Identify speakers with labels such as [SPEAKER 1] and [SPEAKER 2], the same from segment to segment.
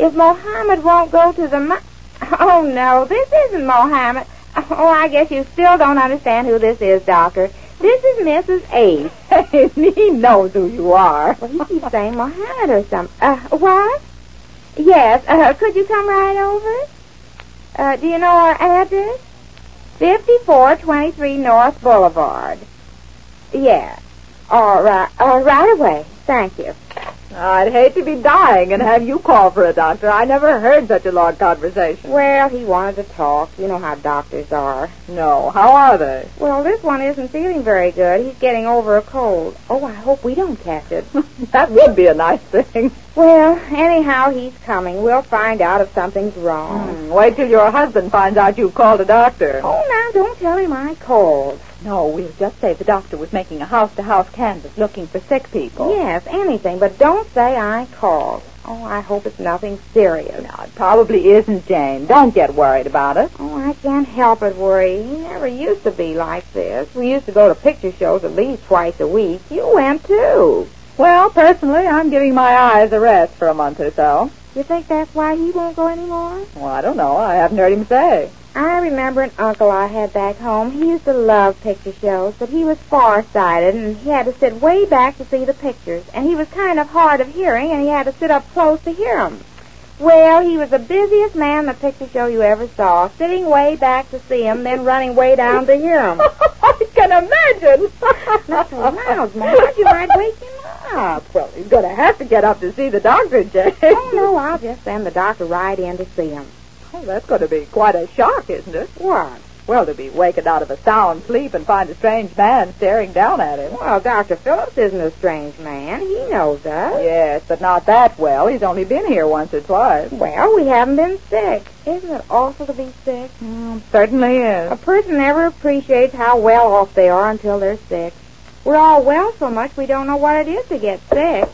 [SPEAKER 1] If Mohammed won't go to the mo- Oh, no, this isn't Mohammed. Oh, I guess you still don't understand who this is, Doctor. This is Mrs. Ace.
[SPEAKER 2] he knows who you are.
[SPEAKER 1] Well, he keeps saying Mohammed or something. Uh, what? Yes. Uh, could you come right over? Uh, do you know our address? 5423 North Boulevard. Yeah. All right. Uh, right away. Thank you.
[SPEAKER 2] I'd hate to be dying and have you call for a doctor. I never heard such a long conversation.
[SPEAKER 1] Well, he wanted to talk. You know how doctors are.
[SPEAKER 2] No, how are they?
[SPEAKER 1] Well, this one isn't feeling very good. He's getting over a cold. Oh, I hope we don't catch it.
[SPEAKER 2] that would be a nice thing.
[SPEAKER 1] well, anyhow, he's coming. We'll find out if something's wrong.
[SPEAKER 2] Hmm, Wait till your husband finds out you've called a doctor.
[SPEAKER 1] Oh, now don't tell him I called.
[SPEAKER 2] No, we'll just say the doctor was making a house-to-house canvass looking for sick people.
[SPEAKER 1] Yes, anything, but don't say I called. Oh, I hope it's nothing serious.
[SPEAKER 2] No, it probably isn't, Jane. Don't get worried about it.
[SPEAKER 1] Oh, I can't help but worry. He never used to be like this. We used to go to picture shows at least twice a week. You went too.
[SPEAKER 2] Well, personally, I'm giving my eyes a rest for a month or so.
[SPEAKER 1] You think that's why he won't go anymore?
[SPEAKER 2] Well, I don't know. I haven't heard him say.
[SPEAKER 1] I remember an uncle I had back home. He used to love picture shows, but he was far-sighted, and he had to sit way back to see the pictures. And he was kind of hard of hearing, and he had to sit up close to hear 'em. Well, he was the busiest man in the picture show you ever saw, sitting way back to see 'em, then running way down to hear 'em.
[SPEAKER 2] I can imagine.
[SPEAKER 1] Not so loud, Marge. You might wake him up.
[SPEAKER 2] Ah, Well, he's going to have to get up to see the doctor, Jane.
[SPEAKER 1] Oh, no, I'll just send the doctor right in to see him.
[SPEAKER 2] Oh, that's going to be quite a shock, isn't it?
[SPEAKER 1] What?
[SPEAKER 2] Well, to be wakened out of a sound sleep and find a strange man staring down at him.
[SPEAKER 1] Well, Dr. Phillips isn't a strange man. He knows us.
[SPEAKER 2] Yes, but not that well. He's only been here once or twice.
[SPEAKER 1] Well, we haven't been sick. Isn't it awful to be sick?
[SPEAKER 2] Mm, certainly is.
[SPEAKER 1] A person never appreciates how well off they are until they're sick. We're all well so much we don't know what it is to get sick.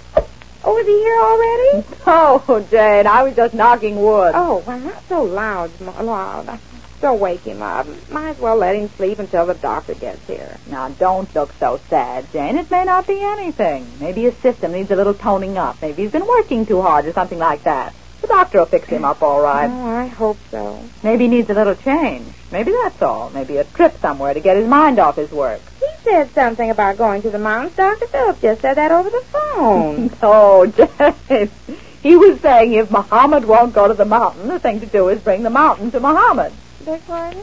[SPEAKER 1] Oh, is he here already?
[SPEAKER 2] Oh, Jane, I was just knocking wood.
[SPEAKER 1] Oh, well, not so loud, Ma- loud. Don't wake him up. Might as well let him sleep until the doctor gets here.
[SPEAKER 2] Now, don't look so sad, Jane. It may not be anything. Maybe his system needs a little toning up. Maybe he's been working too hard or something like that. The doctor will fix him up all right.
[SPEAKER 1] Oh, I hope so.
[SPEAKER 2] Maybe he needs a little change. Maybe that's all. Maybe a trip somewhere to get his mind off his work.
[SPEAKER 1] He said something about going to the mountains. Dr. Phillips just said that over the phone.
[SPEAKER 2] oh, Jane. He was saying if Muhammad won't go to the mountain, the thing to do is bring the mountain to Muhammad.
[SPEAKER 1] Beg pardon?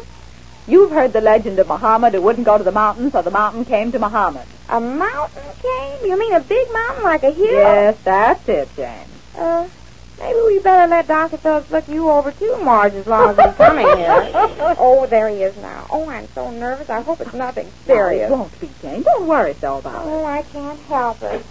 [SPEAKER 2] You've heard the legend of Muhammad who wouldn't go to the mountain, so the mountain came to Muhammad.
[SPEAKER 1] A mountain came? You mean a big mountain like a hill?
[SPEAKER 2] Yes, that's it, Jane.
[SPEAKER 1] Uh, maybe we better let Dr. Phillips look you over too, Marge, as long as he's coming here. oh, there he is now. Oh, I'm so nervous. I hope it's nothing serious.
[SPEAKER 2] No, it won't be, Jane. Don't worry so about it.
[SPEAKER 1] Oh, I can't help it.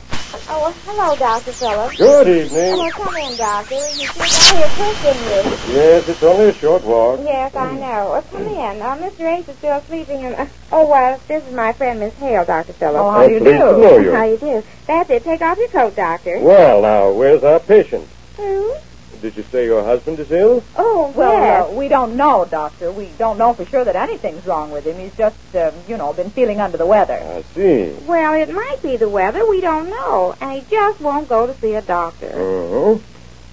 [SPEAKER 1] Oh, well, hello, Dr. Phillips.
[SPEAKER 3] Good evening.
[SPEAKER 1] Hello, come in, Doctor. You feel out here pushing you.
[SPEAKER 3] Yes, it's only a short walk.
[SPEAKER 1] Yes, I know. Well, come in. Uh, Mr. Ace is still sleeping, and uh, oh well, this is my friend Miss Hale, Doctor Phillips.
[SPEAKER 2] Oh, how do you
[SPEAKER 3] pleased to
[SPEAKER 2] do?
[SPEAKER 3] know you.
[SPEAKER 1] How you do? That's it. Take off your coat, Doctor.
[SPEAKER 3] Well, now, where's our patient?
[SPEAKER 1] Who?
[SPEAKER 3] Did you say your husband is ill?
[SPEAKER 1] Oh,
[SPEAKER 2] Well,
[SPEAKER 1] yes.
[SPEAKER 2] uh, we don't know, Doctor. We don't know for sure that anything's wrong with him. He's just, um, you know, been feeling under the weather.
[SPEAKER 3] I see.
[SPEAKER 1] Well, it might be the weather. We don't know, and he just won't go to see a doctor.
[SPEAKER 3] Uh-huh.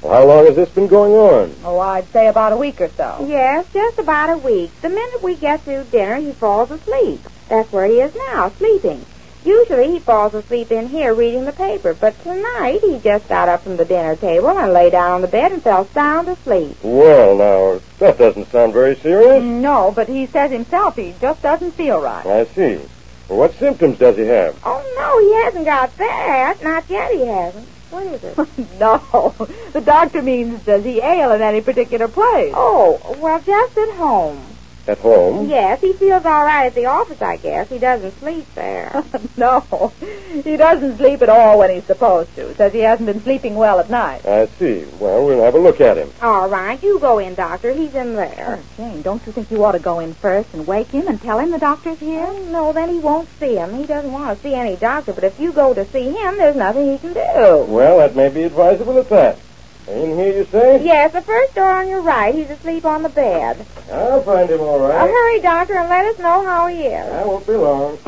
[SPEAKER 3] How long has this been going on?
[SPEAKER 2] Oh, I'd say about a week or so.
[SPEAKER 1] Yes, just about a week. The minute we get through dinner, he falls asleep. That's where he is now, sleeping. Usually he falls asleep in here reading the paper, but tonight he just got up from the dinner table and lay down on the bed and fell sound asleep.
[SPEAKER 3] Well, now, that doesn't sound very serious.
[SPEAKER 2] No, but he says himself he just doesn't feel right.
[SPEAKER 3] I see. Well, what symptoms does he have?
[SPEAKER 1] Oh, no, he hasn't got that. Not yet he hasn't. What is it?
[SPEAKER 2] no. The doctor means does he ail in any particular place?
[SPEAKER 1] oh, well, just at home.
[SPEAKER 3] At home?
[SPEAKER 1] Yes, he feels all right at the office, I guess. He doesn't sleep there.
[SPEAKER 2] no. He doesn't sleep at all when he's supposed to. Says he hasn't been sleeping well at night.
[SPEAKER 3] I see. Well, we'll have a look at him.
[SPEAKER 1] all right, you go in, Doctor. He's in there.
[SPEAKER 2] Oh, Jane, don't you think you ought to go in first and wake him and tell him the doctor's here?
[SPEAKER 1] Oh, no, then he won't see him. He doesn't want to see any doctor, but if you go to see him, there's nothing he can do.
[SPEAKER 3] Well, that may be advisable at that. In here, you say?
[SPEAKER 1] Yes, the first door on your right. He's asleep on the bed.
[SPEAKER 3] I'll find him all
[SPEAKER 1] Uh,
[SPEAKER 3] right.
[SPEAKER 1] hurry, Doctor, and let us know how he is.
[SPEAKER 3] I won't be long.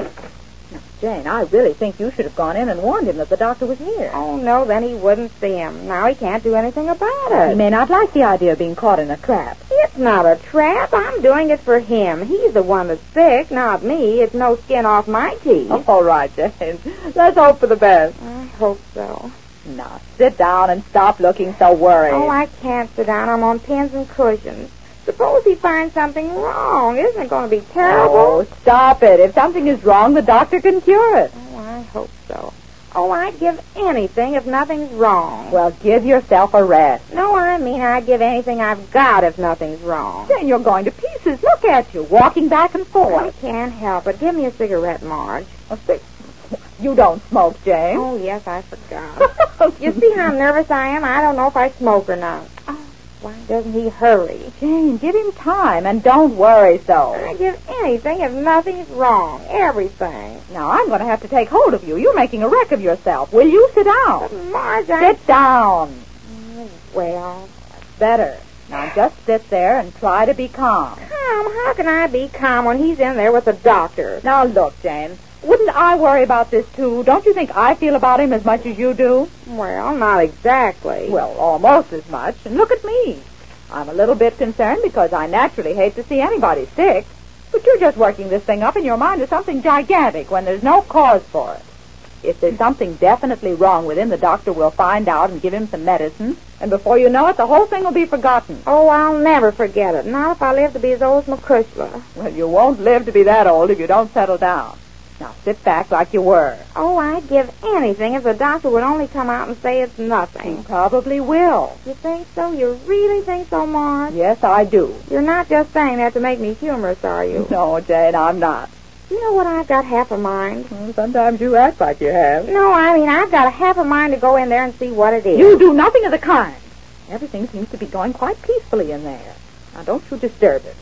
[SPEAKER 2] Jane, I really think you should have gone in and warned him that the doctor was here.
[SPEAKER 1] Oh, no, then he wouldn't see him. Now he can't do anything about it.
[SPEAKER 2] He may not like the idea of being caught in a trap.
[SPEAKER 1] It's not a trap. I'm doing it for him. He's the one that's sick, not me. It's no skin off my teeth.
[SPEAKER 2] All right, Jane. Let's hope for the best.
[SPEAKER 1] I hope so.
[SPEAKER 2] Now, sit down and stop looking so worried.
[SPEAKER 1] Oh, I can't sit down. I'm on pins and cushions. Suppose he finds something wrong. Isn't it going to be terrible?
[SPEAKER 2] Oh, stop it. If something is wrong, the doctor can cure it.
[SPEAKER 1] Oh, I hope so. Oh, I'd give anything if nothing's wrong.
[SPEAKER 2] Well, give yourself a rest.
[SPEAKER 1] no, I mean I'd give anything I've got if nothing's wrong.
[SPEAKER 2] Jane, you're going to pieces. Look at you, walking back and
[SPEAKER 1] I
[SPEAKER 2] forth.
[SPEAKER 1] can't help it. Give me a cigarette, Marge.
[SPEAKER 2] You don't smoke, Jane.
[SPEAKER 1] Oh, yes, I forgot. you see how nervous I am? I don't know if I smoke or not. Oh, why doesn't he hurry?
[SPEAKER 2] Jane, give him time and don't worry so.
[SPEAKER 1] I'd give anything if nothing's wrong. Everything.
[SPEAKER 2] Now, I'm going to have to take hold of you. You're making a wreck of yourself. Will you sit
[SPEAKER 1] But,
[SPEAKER 2] down?
[SPEAKER 1] Marge, I...
[SPEAKER 2] Sit down.
[SPEAKER 1] Well,
[SPEAKER 2] Better. Now, just sit there and try to be calm.
[SPEAKER 1] calm. How can I be calm when he's in there with the doctor?
[SPEAKER 2] Now, look, Jane. Wouldn't I worry about this, too? Don't you think I feel about him as much as you do?
[SPEAKER 1] Well, not exactly.
[SPEAKER 2] Well, almost as much. And look at me. I'm a little bit concerned because I naturally hate to see anybody sick. But you're just working this thing up in your mind as something gigantic when there's no cause for it. If there's something definitely wrong with him, the doctor will find out and give him some medicine. And before you know it, the whole thing will be forgotten.
[SPEAKER 1] Oh, I'll never forget it. Not if I live to be as old as McCushla.
[SPEAKER 2] Well, you won't live to be that old if you don't settle down. Now sit back like you were.
[SPEAKER 1] Oh, I'd give anything if the doctor would only come out and say it's nothing.
[SPEAKER 2] He probably will.
[SPEAKER 1] You think so? You really think so, Marge?
[SPEAKER 2] Yes, I do.
[SPEAKER 1] You're not just saying that to make me humorous, are you?
[SPEAKER 2] No, Jane, I'm not.
[SPEAKER 1] You know what? I've got half a mind.
[SPEAKER 2] Well, sometimes you act like you have.
[SPEAKER 1] No, I mean, I've got a half a mind to go in there and see what it is.
[SPEAKER 2] You do nothing of the kind. Everything seems to be going quite peacefully in there. Now, don't you disturb it.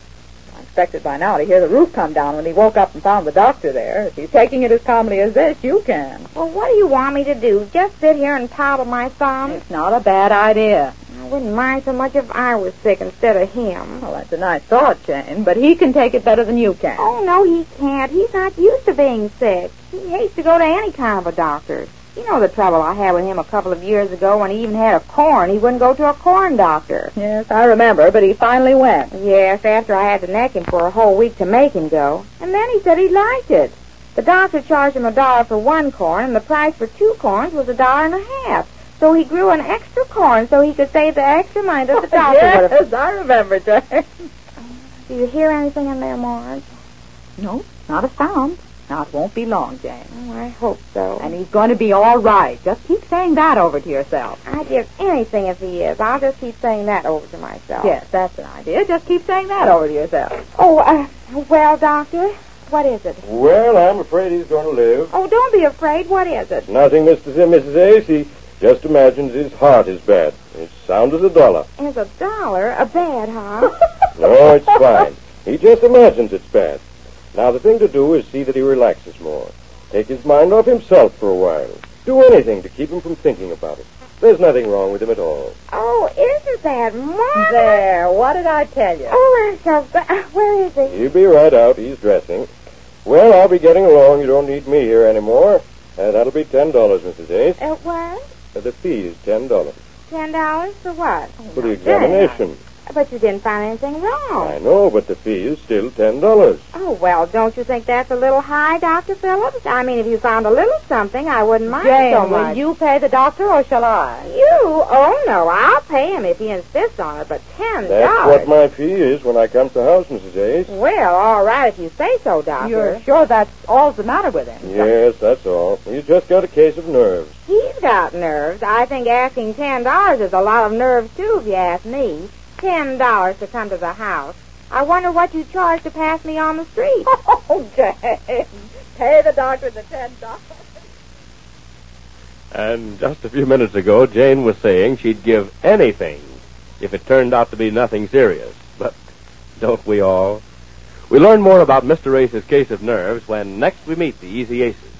[SPEAKER 2] I expected by now to hear the roof come down when he woke up and found the doctor there. If he's taking it as calmly as this, you can.
[SPEAKER 1] Well, what do you want me to do? Just sit here and paddle my thumbs?
[SPEAKER 2] It's not a bad idea.
[SPEAKER 1] I wouldn't mind so much if I was sick instead of him.
[SPEAKER 2] Well, that's a nice thought, Jane, but he can take it better than you can.
[SPEAKER 1] Oh, no, he can't. He's not used to being sick. He hates to go to any kind of a doctor. You know the trouble I had with him a couple of years ago when he even had a corn. He wouldn't go to a corn doctor.
[SPEAKER 2] Yes, I remember, but he finally went.
[SPEAKER 1] Yes, after I had to neck him for a whole week to make him go. And then he said he liked it. The doctor charged him a dollar for one corn, and the price for two corns was a dollar and a half. So he grew an extra corn so he could save the extra money that the doctor
[SPEAKER 2] yes,
[SPEAKER 1] would have.
[SPEAKER 2] I remember, Jane.
[SPEAKER 1] Do you hear anything in there, Marge?
[SPEAKER 2] No, not a sound. Now, it won't be long, Jane.
[SPEAKER 1] Oh, I hope so.
[SPEAKER 2] And he's going to be all right. Just keep saying that over to yourself.
[SPEAKER 1] I'd give anything if he is. I'll just keep saying that over to myself.
[SPEAKER 2] Yes, that's an idea. Just keep saying that over to yourself.
[SPEAKER 1] Oh, uh, well, Doctor, what is it?
[SPEAKER 3] Well, I'm afraid he's going to live.
[SPEAKER 1] Oh, don't be afraid. What is it?
[SPEAKER 3] Nothing, Mr. and Mrs. Ace. He just imagines his heart is bad. It's sound as a dollar.
[SPEAKER 1] Is a dollar a bad heart?
[SPEAKER 3] No, it's fine. He just imagines it's bad. Now, the thing to do is see that he relaxes more. Take his mind off himself for a while. Do anything to keep him from thinking about it. There's nothing wrong with him at all.
[SPEAKER 1] oh, isn't that marvelous?
[SPEAKER 2] There, what did I tell you?
[SPEAKER 1] Oh, I'm so glad. Where is he?
[SPEAKER 3] He'll be right out. He's dressing. Well, I'll be getting along. You don't need me here anymore. Uh, that'll be $10, Mrs. Ace.
[SPEAKER 1] It was
[SPEAKER 3] Uh, the fee is $10
[SPEAKER 1] ten dollars for what?
[SPEAKER 3] for the examination.
[SPEAKER 1] But you didn't find anything wrong.
[SPEAKER 3] I know, but the fee is still $10.
[SPEAKER 1] Oh well, don't you think that's a little high, Doctor Phillips? I mean, if you found a little something, I wouldn't mind
[SPEAKER 2] Jane,
[SPEAKER 1] so
[SPEAKER 2] will
[SPEAKER 1] much.
[SPEAKER 2] you pay the doctor or shall I?
[SPEAKER 1] You? Oh no, I'll pay him if he insists on it. But ten
[SPEAKER 3] That's
[SPEAKER 1] dollars.
[SPEAKER 3] what my fee is when I come to the house, Mrs. Ace.
[SPEAKER 1] Well, all right if you say so, Doctor.
[SPEAKER 2] You're sure that's all's the matter with him?
[SPEAKER 3] Yes, that's all. He's just got a case of nerves.
[SPEAKER 1] He's got nerves. I think asking ten dollars is a lot of nerves too, if you ask me. Ten dollars to come to the house. I wonder what you charge to pass me on the street.
[SPEAKER 2] Oh, Jane, pay the doctor the ten dollars.
[SPEAKER 4] And just a few minutes ago, Jane was saying she'd give anything if it turned out to be nothing serious. But don't we all? We learn more about Mr. Ace's case of nerves when next we meet the Easy Aces.